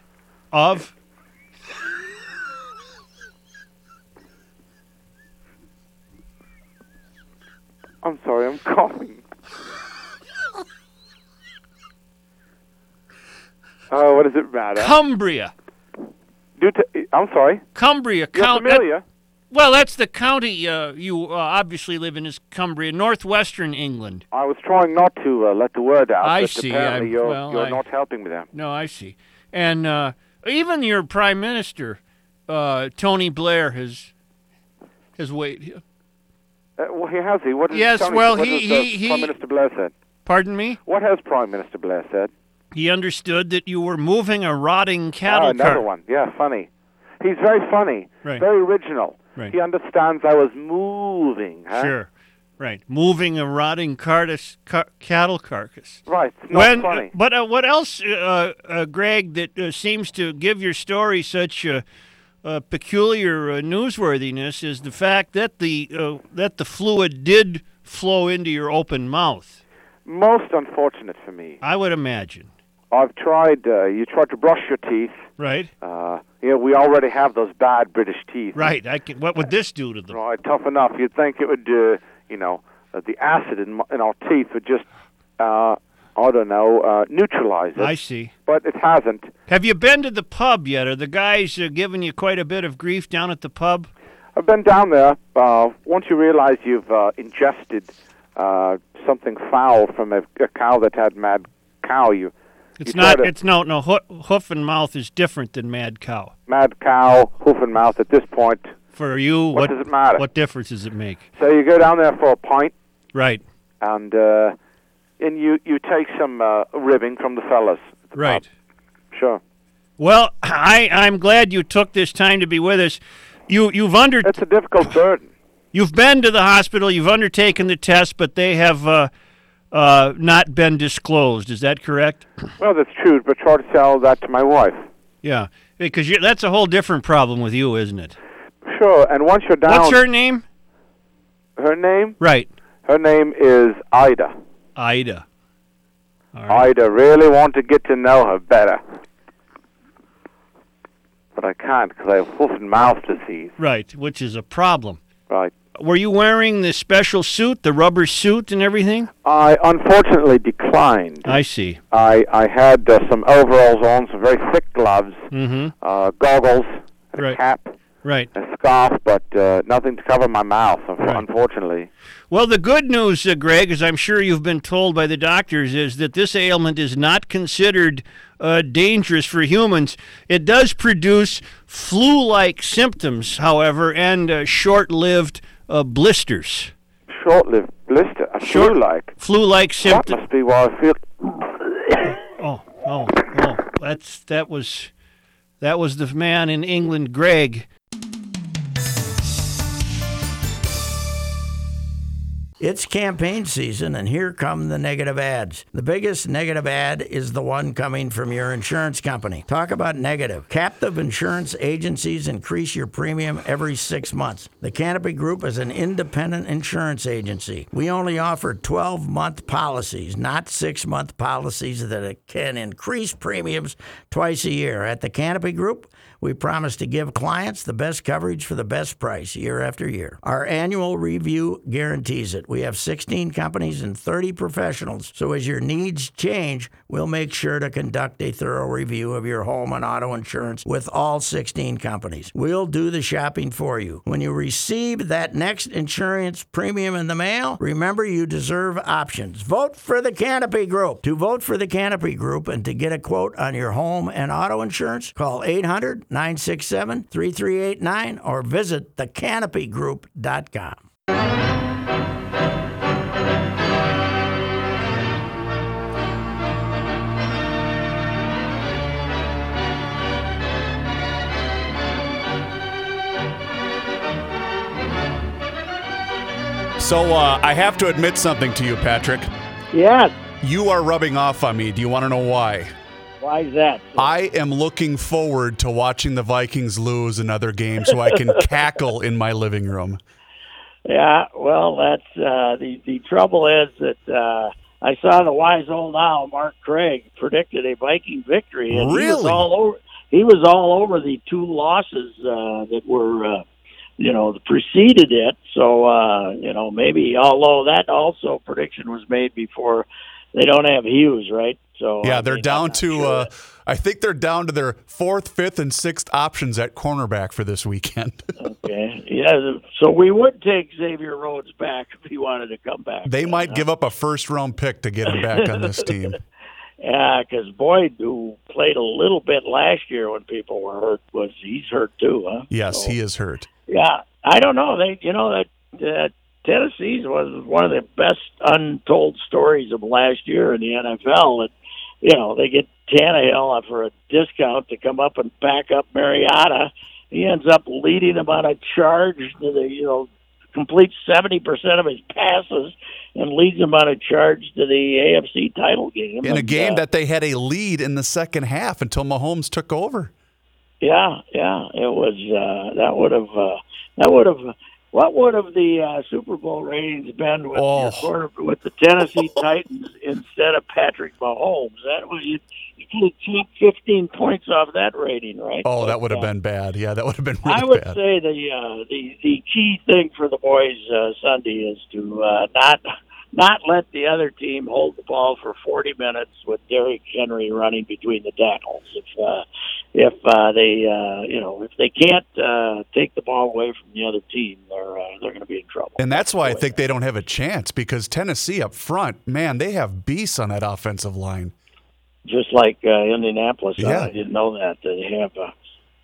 Of.
I'm sorry, I'm coughing. Oh, what does it matter?
Cumbria.
Do t- I'm sorry.
Cumbria
You're
count. that-
familiar.
well, that's the county uh, you uh, obviously live in is Cumbria, northwestern England.
I was trying not to uh, let the word out,
I
but
see,
apparently
I'm-
you're,
well,
you're
I-
not helping me there.
No, I see. And uh, even your prime minister, uh, Tony Blair, has has wait.
Uh, well, he has he. What is,
Yes,
tell me,
well,
what
he-
has, uh,
he-
Prime
he-
Minister Blair said.
Pardon me.
What has Prime Minister Blair said?
He understood that you were moving a rotting cattle
Ah, another
cart.
one. Yeah, funny. He's very funny.
Right.
Very original.
Right.
He understands I was moving. Huh?
Sure. Right. Moving a rotting carcass, car- cattle carcass.
Right. It's not
when,
funny.
But uh, what else, uh, uh, Greg, that uh, seems to give your story such uh, uh, peculiar uh, newsworthiness is the fact that the uh, that the fluid did flow into your open mouth.
Most unfortunate for me.
I would imagine,
I've tried. Uh, you tried to brush your teeth.
right?
Uh, you know, we already have those bad British teeth.
Right. I can, what would this do to them?
Right, tough enough. You'd think it would, uh, you know, uh, the acid in, my- in our teeth would just, uh, I don't know, uh, neutralize it.
I see.
But it hasn't.
Have you been to the pub yet? Are the guys uh, giving you quite a bit of grief down at the pub?
I've been down there. Uh, once you realize you've uh, ingested uh, something foul from a, a cow that had mad cow, you
It's
you
not.
try to-
It's no. No. Hoo- hoof and mouth is different than mad cow.
mad cow, hoof and mouth. At this point,
For you, what,
What does it matter?
What difference does it make?
so you go down there for a pint,
Right.
and uh, and you you take some uh, ribbing from the fellas. at the
Right.
pub. Sure.
Well, I I'm glad you took this time to be with us. You you've under
It's a difficult burden.
you've been to the hospital. You've undertaken the test, but they have uh, uh, not been disclosed. Is that correct?
Well, that's true, but try to tell that to my wife.
Yeah, because you, that's a whole different problem with you, isn't it?
Sure, and once you're down,
What's her name?
her name?
Right,
Her name is Ida.
Ida.
Ida really want to get to know her better. But I can't because I have hoof and mouth disease.
Right, which is a problem.
Right.
Were you wearing the special suit, the rubber suit, and everything?
I unfortunately declined.
I see.
I, I had uh, some overalls on, some very thick gloves,
Mm-hmm.
uh, goggles, and
Right.
a cap,
Right.
and a scarf, but uh, nothing to cover my mouth, unf-
Right.
unfortunately.
Well, the good news, uh, Greg, as I'm sure you've been told by the doctors, is that this ailment is not considered uh, dangerous for humans. It does produce flu like symptoms, however, and uh, short lived uh, blisters.
Short lived blister, a
Short-
flu-like.
Flu like
That
symptoms.
must be why I feel.
Oh, oh, oh. That's, that, was, that was the man in England, Greg.
It's campaign season, and here come the negative ads. The biggest negative ad is the one coming from your insurance company. Talk about negative. Captive insurance agencies increase your premium every six months. The Canopy Group is an independent insurance agency. We only offer 12 month policies, not six month policies that can increase premiums twice a year. At the Canopy Group, we promise to give clients the best coverage for the best price year after year. Our annual review guarantees it. We have 16 companies and 30 professionals, so as your needs change, we'll make sure to conduct a thorough review of your home and auto insurance with all 16 companies. We'll do the shopping for you. When you receive that next insurance premium in the mail, remember you deserve options. Vote for the Canopy Group. To vote for the Canopy Group and to get a quote on your home and auto insurance, call 800 967 3389 or visit thecanopygroup.com.
So uh, I have to admit something to you, Patrick.
Yes.
You are rubbing off on me. Do you want to know why?
Why is that?
I am looking forward to watching the Vikings lose another game so I can cackle in my living room.
Yeah, well, that's uh, the the trouble is that uh, I saw the wise old owl Mark Craig predicted a Viking victory, and he was
Really?
all over. He was all over the two losses uh, that were, uh, you know, preceded it. So uh, you know, maybe although that also prediction was made before they don't have Hughes, right? So Oh, I
Yeah, they're
mean, I'm
down
not
to.
sure.
Uh, I think they're down to their fourth, fifth, and sixth options at cornerback for this weekend.
okay. Yeah, so we would take Xavier Rhodes back if he wanted to come back.
they might give up a first round pick to get him back on this team.
Yeah, because Boyd, who played a little bit last year when people were hurt, was he's hurt too, huh?
Yes,
So,
he is hurt.
Yeah, I don't know. They, you know, that that Tennessee's was one of the best untold stories of last year in the NFL, and you know they get Tannehill for a discount to come up and back up Mariota. He ends up leading them on a charge to the you know completes seventy percent of his passes and leads them on a charge to the AFC title game
In a
And,
game
uh,
that they had a lead in the second half until Mahomes took over.
Yeah, yeah, it was. Uh, that would have. Uh, that would have. What would have the uh, Super Bowl ratings been with,
Oh.
your quarter, with the Tennessee Titans instead of Patrick Mahomes? That was you. You could have cheaped fifteen points off that rating, right?
Oh, that
But,
would have
uh,
been bad. Yeah, that would have been really
I would
bad.
say the uh, the the key thing for the boys uh, Sunday is to uh, not not let the other team hold the ball for 40 minutes with Derrick Henry running between the tackles. If uh, if uh, they uh, you know if they can't uh, take the ball away from the other team, they're uh, they're going to be in trouble.
And that's why I
the way
think they don't have a chance because Tennessee up front, man, they have beasts on that offensive line.
just like uh, Indianapolis.
Yeah.
I didn't know that that they have. Uh,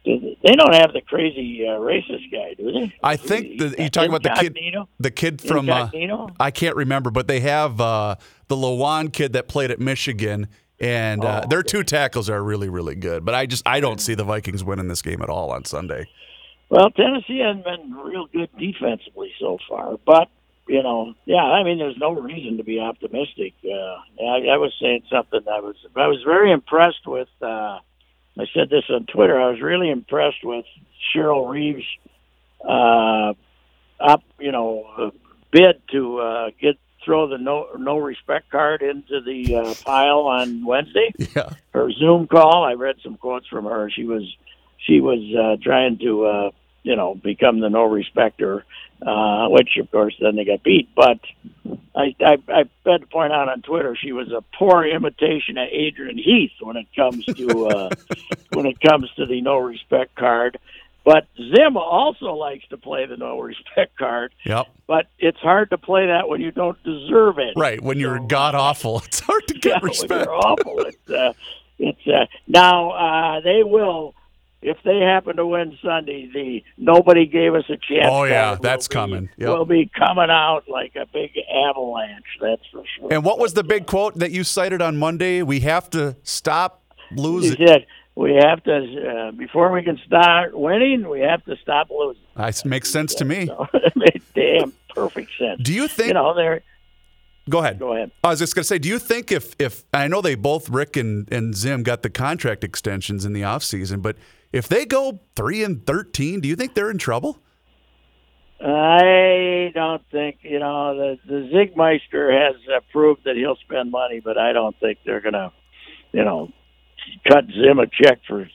they don't have the crazy uh, racist guy, do they?
I think the, you talking about the kid,
Incognito?
the kid from uh,
Incognito?
I can't remember, but they have uh, the Lawan kid that played at Michigan, and
Oh,
uh, their two tackles are really, really good. But I just I don't see the Vikings winning this game at all on Sunday.
Well, Tennessee hasn't been real good defensively so far, but you know, yeah, I mean, there's no reason to be optimistic. Uh, I, I was saying something. I was I was very impressed with. Uh, I said this on Twitter. I was really impressed with Cheryl Reeves' uh, up, you know, uh, bid to uh, get throw the no no respect card into the uh, pile on Wednesday
Yeah,
her Zoom call. I read some quotes from her. She was she was uh, trying to uh, you know become the no respecter, uh, which of course then they got beat. But I, I I had to point out on Twitter she was a poor imitation of Adrian Heath when it comes to uh, when it comes to the no respect card. But Zim also likes to play the no respect card,
yep,
but it's hard to play that when you don't deserve it.
right. When you're god awful, it's hard to get
uh, Yeah,
respect.
They're awful. It's, uh, it's uh, now uh, they will if they happen to win Sunday. The nobody gave us a chance.
Oh, yeah,
card will
that's
be-
coming. Yep.
Will be coming out like a big avalanche. That's for sure.
And what was the big quote that you cited on Monday? We have to stop
He
losing.
said we have to uh, before we can start winning, we have to stop losing.
That makes sense to me.
So, damn, per- perfect sense.
Do you think?
you know they're
go ahead.
Go ahead.
I was just gonna say, do you think if if I know they both Rick and and Zim got the contract extensions in the offseason, but if they go three and thirteen, do you think they're in trouble?
I don't think you know the the Zigmeister has uh, proved that he'll spend money, but I don't think they're gonna, you know, cut Zim a check for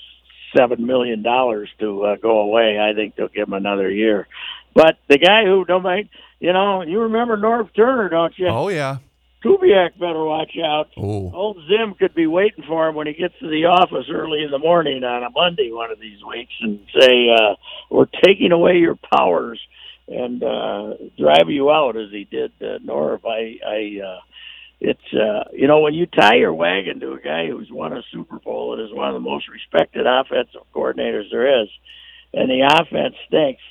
seven million dollars to uh, go away. I think they'll give him another year. But the guy who don't mind, you know, you remember Norv Turner, don't you?
Oh yeah.
Kubiak better watch out.
Oh.
Old Zim could be waiting for him when he gets to the office early in the morning on a Monday one of these weeks and say, uh, "We're taking away your powers and uh, drive you out," as he did uh, Norv. I, I, uh, it's uh, you know when you tie your wagon to a guy who's won a Super Bowl and is one of the most respected offensive coordinators there is, and the offense stinks.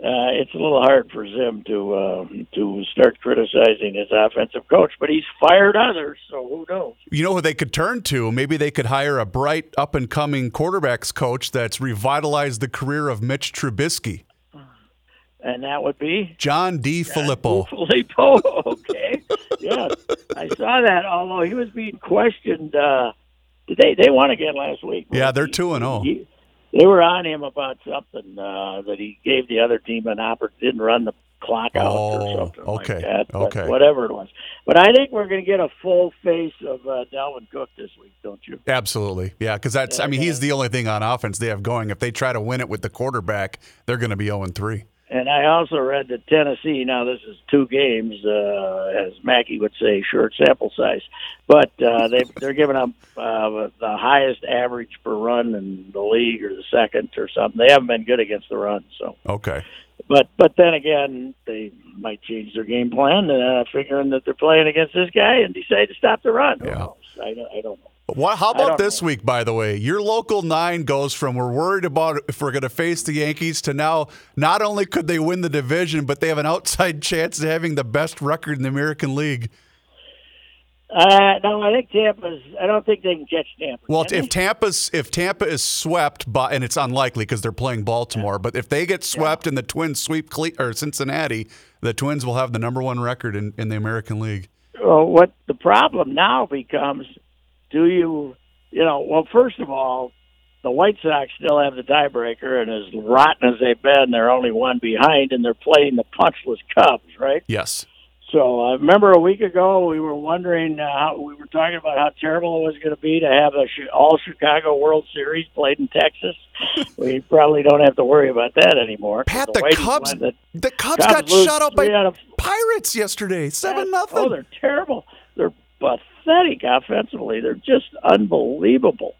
Uh, it's a little hard for Zim to uh, to start criticizing his offensive coach, but he's fired others, so who knows?
You know who they could turn to? Maybe they could hire a bright up and coming quarterbacks coach that's revitalized the career of Mitch Trubisky.
And that would be
John D. Filippo.
Filippo. Okay, yes, I saw that. Although he was being questioned, uh, did they they won again last week.
Yeah, they're
He-
two and oh.
he- They were on him about something uh, that he gave the other team an opportunity, didn't run the clock out
Oh,
or something
okay,
like that. but
okay.
Whatever it was. But I think we're going to get a full face of uh, Dalvin Cook this week, don't you?
Absolutely. Yeah, because that's, I mean, he's the only thing on offense they have going. If they try to win it with the quarterback, they're going to be 0 3.
And I also read that Tennessee, now this is two games, uh, as Mackey would say, short sample size, but uh, they, they're giving up uh, the highest average per run in the league or the second or something. They haven't been good against the run, so.
Okay.
But but then again, they might change their game plan, uh, figuring that they're playing against this guy and decide to stop the run. Who
Yeah.
knows? I, don't- I don't know.
What, how
don't
about this
know.
week, by the way? Your local nine goes from we're worried about if we're going to face the Yankees to now not only could they win the division, but they have an outside chance of having the best record in the American League.
Uh, no, I think Tampa's. I don't think they can catch Tampa.
Well,
can
if
they?
Tampa's if Tampa is swept by, and it's unlikely because they're playing Baltimore, but if they get swept and the Twins sweep Cle- or Cincinnati, the Twins will have the number one record in, in the American League.
well, what the problem now becomes? Do you, you know? Well, first of all, the White Sox still have the tiebreaker, and as rotten as they've been, they're only one behind, and they're playing the punchless Cubs, right?
Yes.
So I remember a week ago we were wondering uh, how we were talking about how terrible it was going to be to have a chi- all Chicago World Series played in Texas. we probably don't have to worry about that anymore.
Pat, the
Whiteys
Cubs-
won the
The Cubs,
Cubs
got
lose
shut out by
three out of-
Pirates yesterday, seven
Oh,
nothing.
they're terrible. They're pathetic offensively. They're just unbelievable.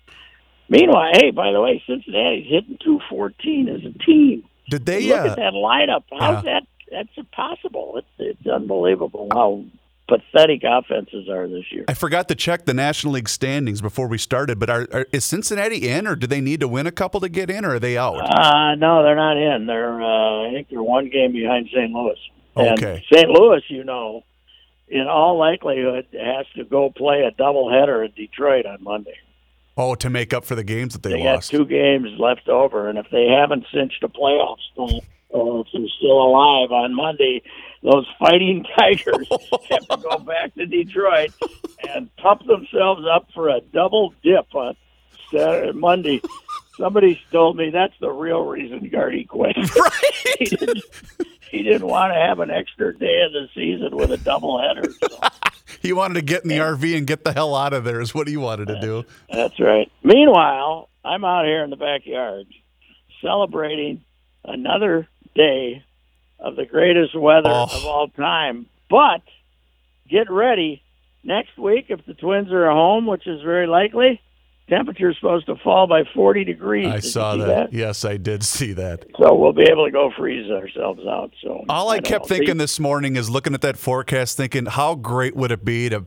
Meanwhile, hey, by the way, Cincinnati's hitting 214 as a team.
Did they?
Look
Uh,
at that lineup. How's that? That's impossible. It's it's unbelievable how pathetic offenses are this year.
I forgot to check the National League standings before we started, but are, are, is Cincinnati in, or do they need to win a couple to get in, or are they out?
Uh, no, they're not in. They're uh, I think they're one game behind St. Louis.
Okay.
And St. Louis, you know, in all likelihood, has to go play a doubleheader in Detroit on Monday.
oh, to make up for the games that they,
They got
lost.
two games left over, and if they haven't cinched a playoff spot, or if they're still alive on Monday, those fighting Tigers have to go back to Detroit and pump themselves up for a double dip on Saturday, Monday. Somebody told me that's the real reason Gardy quit. he, didn't, he didn't want to have an extra day of the season with a doubleheader. So.
He wanted to get in the RV and get the hell out of there. Is what he wanted to do.
That's right. Meanwhile, I'm out here in the backyard celebrating another day of the greatest weather
Oh.
of all time. But get ready. Next week, if the twins are home, which is very likely, temperature's supposed to fall by 40 degrees.
I
Did you
saw
see
that. Yes, I did see that.
So we'll be able to go freeze ourselves out. So
All I,
don't
kept
know.
thinking this morning is looking at that forecast, thinking, how great would it be to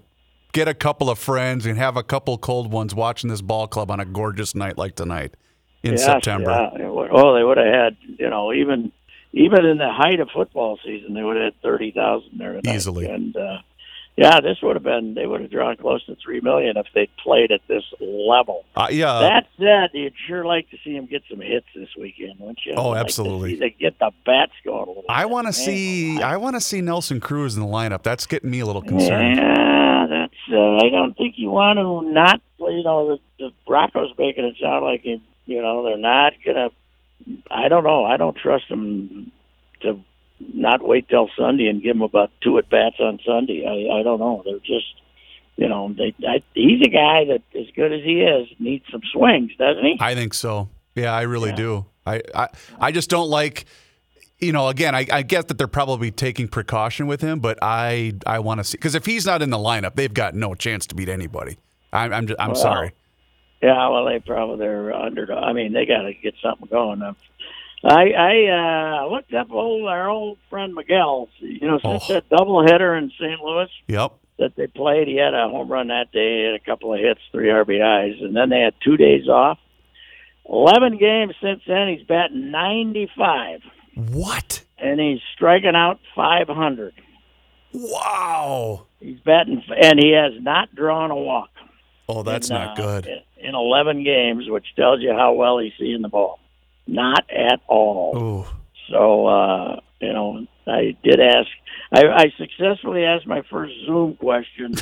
get a couple of friends and have a couple cold ones watching this ball club on a gorgeous night like tonight in
Yes,
September?
Yeah. It would- Oh, they would have had, you know, even even in the height of football season, they would have had thirty thousand there tonight.
Easily.
and uh, yeah, this would have been they would have drawn close to three million if they'd played at this level.
Uh, yeah.
that said, you'd sure like to see him get some hits this weekend, wouldn't you?
Oh,
Like to
absolutely.
see they get the bats going a little.
I
bit.
want to
Man,
see. I want to see Nelson Cruz in the lineup. That's getting me a little concerned.
Yeah, that's. Uh, I don't think you want to not. You know, the, the Broncos making it sound like you. You know, they're not gonna. I don't know. I don't trust them to not wait till Sunday and give them about two at bats on Sunday. I, I don't know. They're just. You know, they. I, he's a guy that, as good as he is, needs some swings, doesn't he?
I think so. Yeah, I really
Yeah.
do. I, I I just don't like. You know, again, I, I get that they're probably taking precaution with him, but I I want to see because if he's not in the lineup, they've got no chance to beat anybody. I'm I'm, ju- I'm
Well,
sorry.
Yeah, well, they probably they're under. I mean, they got to get something going. Um, I I uh, looked up old our old friend Miguel. You know, since
Oh.
that double header in St. Louis
Yep.
that they played, he had a home run that day, he had a couple of hits, three RBIs, and then they had two days off. Eleven games since then, he's batting ninety-five,
What?
and he's striking out five hundred.
Wow.
He's batting, and he has not drawn a walk.
Oh, that's
in,
not
uh,
good.
In, in 11 games, which tells you how well he's seeing the ball. Not at all.
Ooh.
So, uh, you know, I did ask, I, I successfully asked my first Zoom question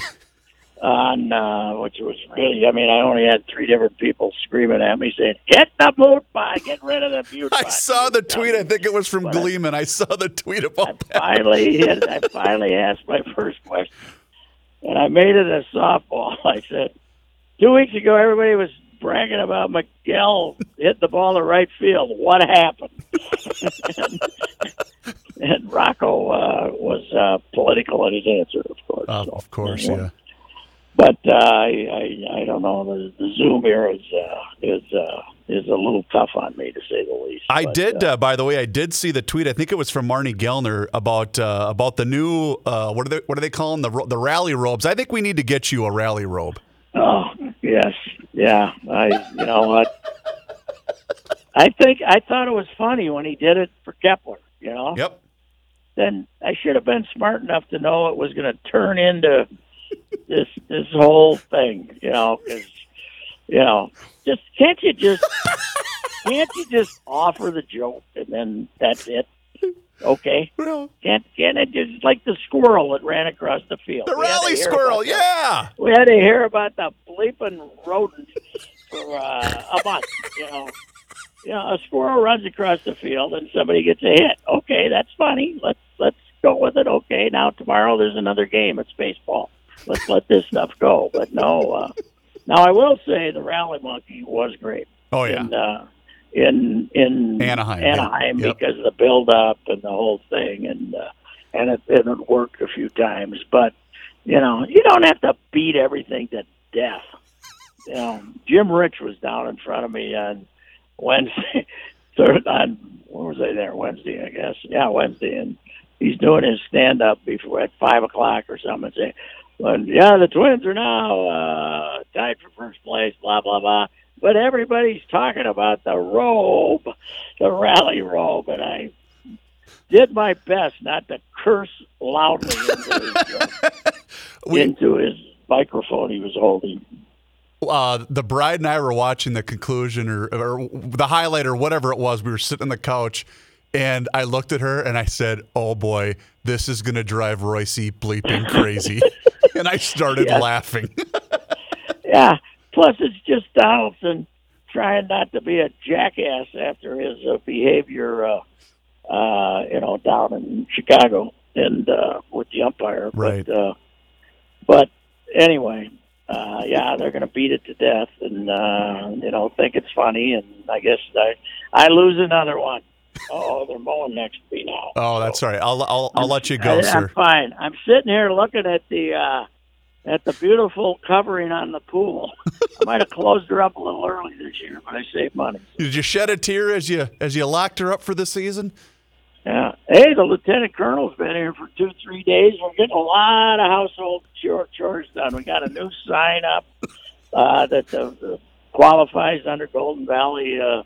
on, uh, which was really, I mean, I only had three different people screaming at me saying, get the boot by, get rid of the boot
I
by."
saw the tweet. I think it was from
But I-
Gleeman. I saw the tweet about that.
finally I finally asked my first question. And I made it a softball. I said, two weeks ago, everybody was bragging about Miguel hit the ball to right field. What happened? and, and Rocco uh, was uh, political in his answer, of course.
Uh,
So,
of course,
anyway.
yeah.
But uh, I, I, I don't know. The, the Zoom era is uh, is uh, is a little tough on me, to say the least.
I
But,
did,
uh,
uh, by the way, I did see the tweet. I think it was from Marnie Gellner about uh, about the new uh, what are they what are they calling the ro- the rally robes? I think we need to get you a rally robe.
Oh yes, yeah. I you know what? I think I thought it was funny when he did it for Kepler. You know,
Yep.
then I should have been smart enough to know it was going to turn into this this whole thing. You know, because you know, just can't you just can't you just offer the joke and then that's it? Okay,
Well,
can't can't it just like the squirrel that ran across the field?
the
We had to
rally
hear about
squirrel,
that.
yeah.
We had to hear about the bleeping rodent for uh, a month. You know, you know, a squirrel runs across the field and somebody gets a hit. Okay, that's funny. Let's let's go with it. Okay, now tomorrow there's another game. It's baseball. Let's let this stuff go. But no. Uh, now I will say the rally monkey was great
Oh yeah.
in uh, in in
Anaheim, yeah.
Anaheim
Yep.
because of the build up and the whole thing, and uh, and it, and it worked a few times. But you know, you don't have to beat everything to death. You know, Jim Rich was down in front of me on Wednesday, third on when was I there? Wednesday, I guess. Yeah, Wednesday, and he's doing his stand up before at five o'clock or something. And saying, well, yeah, the Twins are now uh, tied for first place. Blah blah blah. But everybody's talking about the robe, the rally robe, and I did my best not to curse loudly into his, uh,
We-
into his microphone he was holding.
Uh, the bride and I were watching the conclusion or, or the highlight or whatever it was. We were sitting on the couch, and I looked at her and I said, "Oh boy, this is gonna drive Royce bleeping crazy," and I started
Yes.
laughing.
Yeah. Plus, it's just Donaldson trying not to be a jackass after his uh, behavior, uh, uh, you know, down in Chicago and uh, with the umpire.
Right.
But, uh, but anyway, uh, yeah, they're going to beat it to death, and uh, you know, think it's funny. And I guess I, I lose another one. Oh, they're mowing next to me now.
oh, that's all right. I'll I'll, I'll let you go,
I,
sir.
I'm fine. I'm sitting here looking at the uh, at the beautiful covering on the pool. I might have closed her up a little early this year, but I saved money.
Did you shed a tear as you as you locked her up for the season?
Yeah. Hey, the lieutenant colonel's been here for two, three days. We're getting a lot of household chore- chores done. We got a new sign up uh, that uh, qualifies under Golden Valley uh,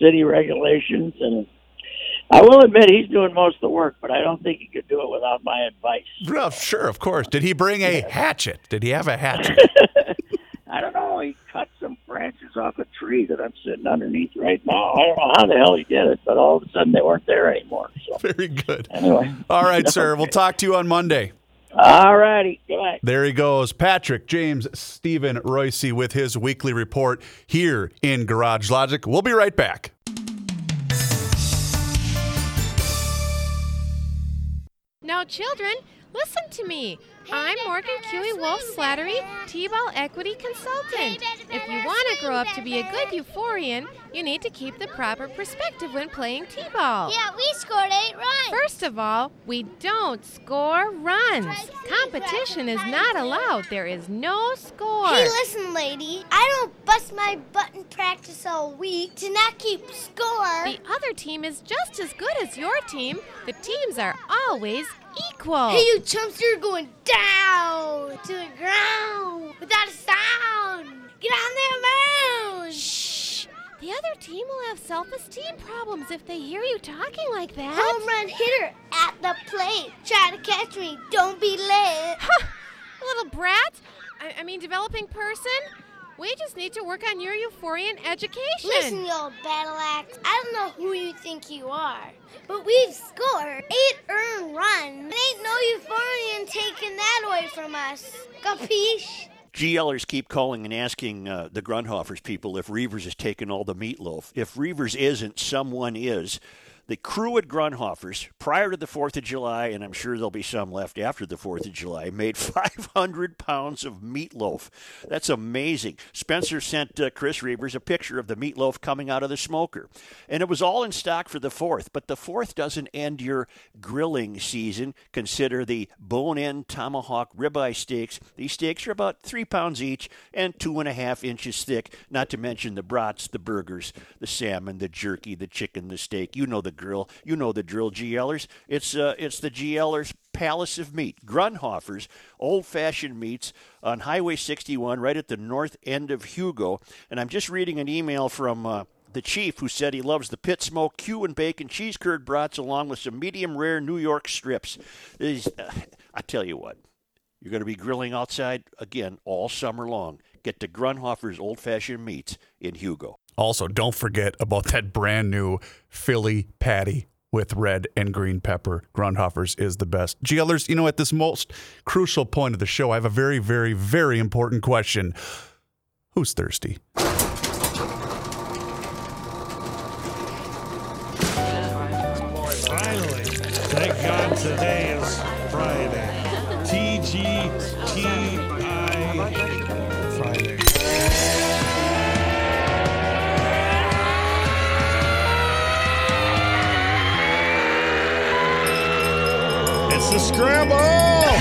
city regulations, and I will admit he's doing most of the work, but I don't think he could do it without my advice.
Well, sure, of course. Did he bring a hatchet? Did he have a hatchet?
I don't know. He cut some branches off a tree that I'm sitting underneath right now. I don't know how the hell he did it, but all of a sudden they weren't there anymore. So
Very good.
anyway,
All right, sir. We'll
Okay.
talk to you on Monday.
all righty, goodbye.
There he goes. Patrick James Stephen Royce with his weekly report here in Garage Logic. We'll be right back.
Now, children, listen to me. I'm Morgan Cuey Wolf Slattery, T-Ball Equity Consultant. If you want to grow up to be a good euphorian, you need to keep the proper perspective when playing T-ball.
Yeah, we scored eight runs.
First of all, we don't score runs. Competition is not allowed. There is no score.
Hey, listen, lady. I don't bust my butt in practice all week to not keep score.
The other team is just as good as your team. The teams are always equal.
Hey, you chumps, you're going down to the ground without a sound. Get on there, moon. Shh.
The other team will have self-esteem problems if they hear you talking like that.
Home run hitter at the plate. Try to catch me. Don't be late.
Little brat? I, I mean, developing person? We just need to work on your euphorian education.
Listen, you old battle axe. I don't know who you think you are, but we've scored eight earned runs. It ain't no euphorian taking that away from us. Capiche?
GLers keep calling and asking uh, the Grunhoffers people if Reavers is taking all the meatloaf. If Reavers isn't, someone is. The crew at Grunhoffers, prior to the 4th of July, and I'm sure there'll be some left after the 4th of July, made 500 pounds of meatloaf. That's amazing. Spencer sent uh, Chris Reavers a picture of the meatloaf coming out of the smoker. And it was all in stock for the 4th, but the 4th doesn't end your grilling season. Consider the bone in tomahawk ribeye steaks. These steaks are about three pounds each and two and a half inches thick, not to mention the brats, the burgers, the salmon, the jerky, the chicken, the steak. You know the grill. You know the drill, GLers. It's, uh, it's the GLers Palace of Meat, Grunhofer's Old Fashioned Meats on Highway 61, right at the north end of Hugo. And I'm just reading an email from. Uh, the chief, who said he loves the pit smoke, Q and bacon, cheese curd brats, along with some medium rare New York strips. These- uh, I tell you what, you're going to be grilling outside again all summer long. Get to Grunhofer's Old Fashioned Meats in Hugo.
Also, don't forget about that brand new Philly patty with red and green pepper. Grundhoffers is the best. GLers, you know, at this most crucial point of the show, I have a very, very, very important question. Who's thirsty?
Finally, thank God today is Friday. TGTI Friday. It's the scramble!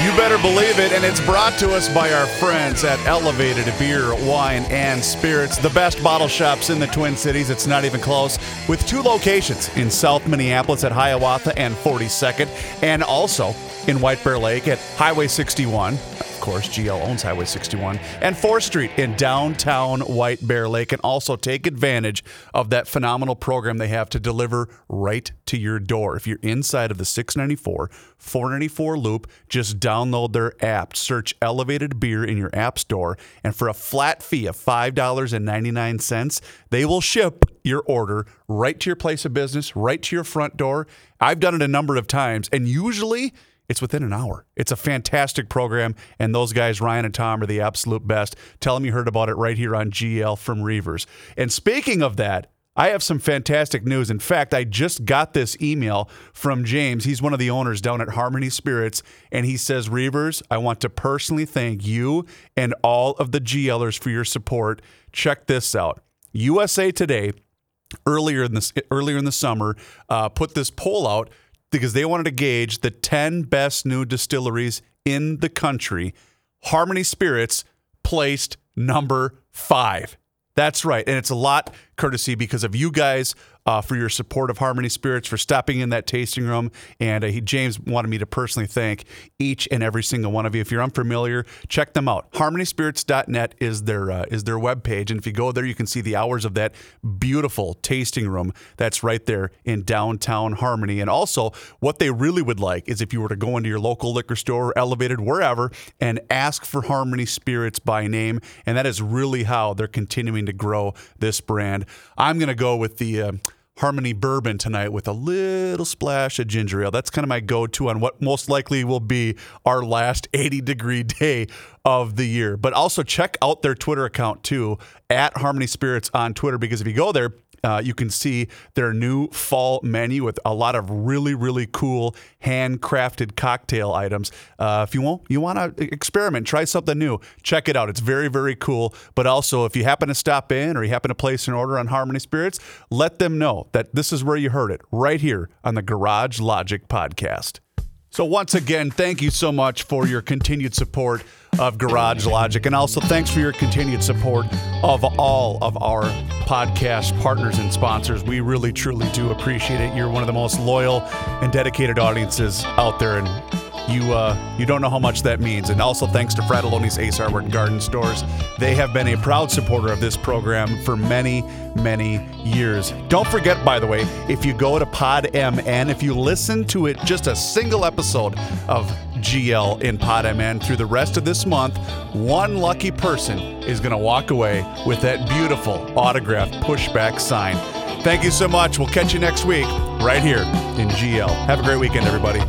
You better believe it, and it's brought to us by our friends at Elevated Beer, Wine, and Spirits, the best bottle shops in the Twin Cities. It's not even close, with two locations in South Minneapolis at Hiawatha and 42nd, and also in White Bear Lake at Highway 61. Of course, GL owns Highway 61 and 4th Street in downtown White Bear Lake, and also take advantage of that phenomenal program they have to deliver right to your door. If you're inside of the 694 494 loop, just download their app. Search Elevated Beer in your app store, and for a flat fee of $5.99, they will ship your order right to your place of business, right to your front door. I've done it a number of times, and usually it's within an hour. It's a fantastic program, and those guys, Ryan and Tom, are the absolute best. Tell them you heard about it right here on GL from Reavers. And speaking of that, I have some fantastic news. In fact, I just got this email from James. He's one of the owners down at Harmony Spirits, and he says, Reavers, I want to personally thank you and all of the GLers for your support. Check this out. USA Today earlier in this earlier in the summer uh, put this poll out because they wanted to gauge the 10 best new distilleries in the country. Harmony Spirits placed number 5. That's right. And it's a lot courtesy because of you guys uh, for your support of Harmony Spirits, for stopping in that tasting room. And uh, he, James wanted me to personally thank each and every single one of you. If you're unfamiliar, check them out. HarmonySpirits.net is their uh, is their webpage, and if you go there, you can see the hours of that beautiful tasting room that's right there in downtown Harmony. And also, what they really would like is if you were to go into your local liquor store, elevated, wherever, and ask for Harmony Spirits by name. And that is really how they're continuing to grow this brand. I'm going to go with the. Uh, Harmony bourbon tonight with a little splash of ginger ale. That's kind of my go to on what most likely will be our last 80 degree day of the year. But also check out their Twitter account too, at Harmony Spirits on Twitter, because if you go there, uh, you can see their new fall menu with a lot of really, really cool handcrafted cocktail items. Uh, if you want, you want to experiment, try something new. Check it out; it's very, very cool. But also, if you happen to stop in or you happen to place an order on Harmony Spirits, let them know that this is where you heard it, right here on the Garage Logic podcast. So, once again, thank you so much for your continued support of Garage Logic. And also, thanks for your continued support of all of our podcast partners and sponsors. We really, truly do appreciate it. You're one of the most loyal and dedicated audiences out there. And you, uh, you don't know how much that means. And also, thanks to Fratelloni's Ace Hardware and Garden Stores. They have been a proud supporter of this program for many, many years. Don't forget, by the way, if you go to Pod MN, if you listen to it just a single episode of GL in Pod MN through the rest of this month, one lucky person is going to walk away with that beautiful autographed pushback sign. Thank you so much. We'll catch you next week right here in GL. Have a great weekend, everybody.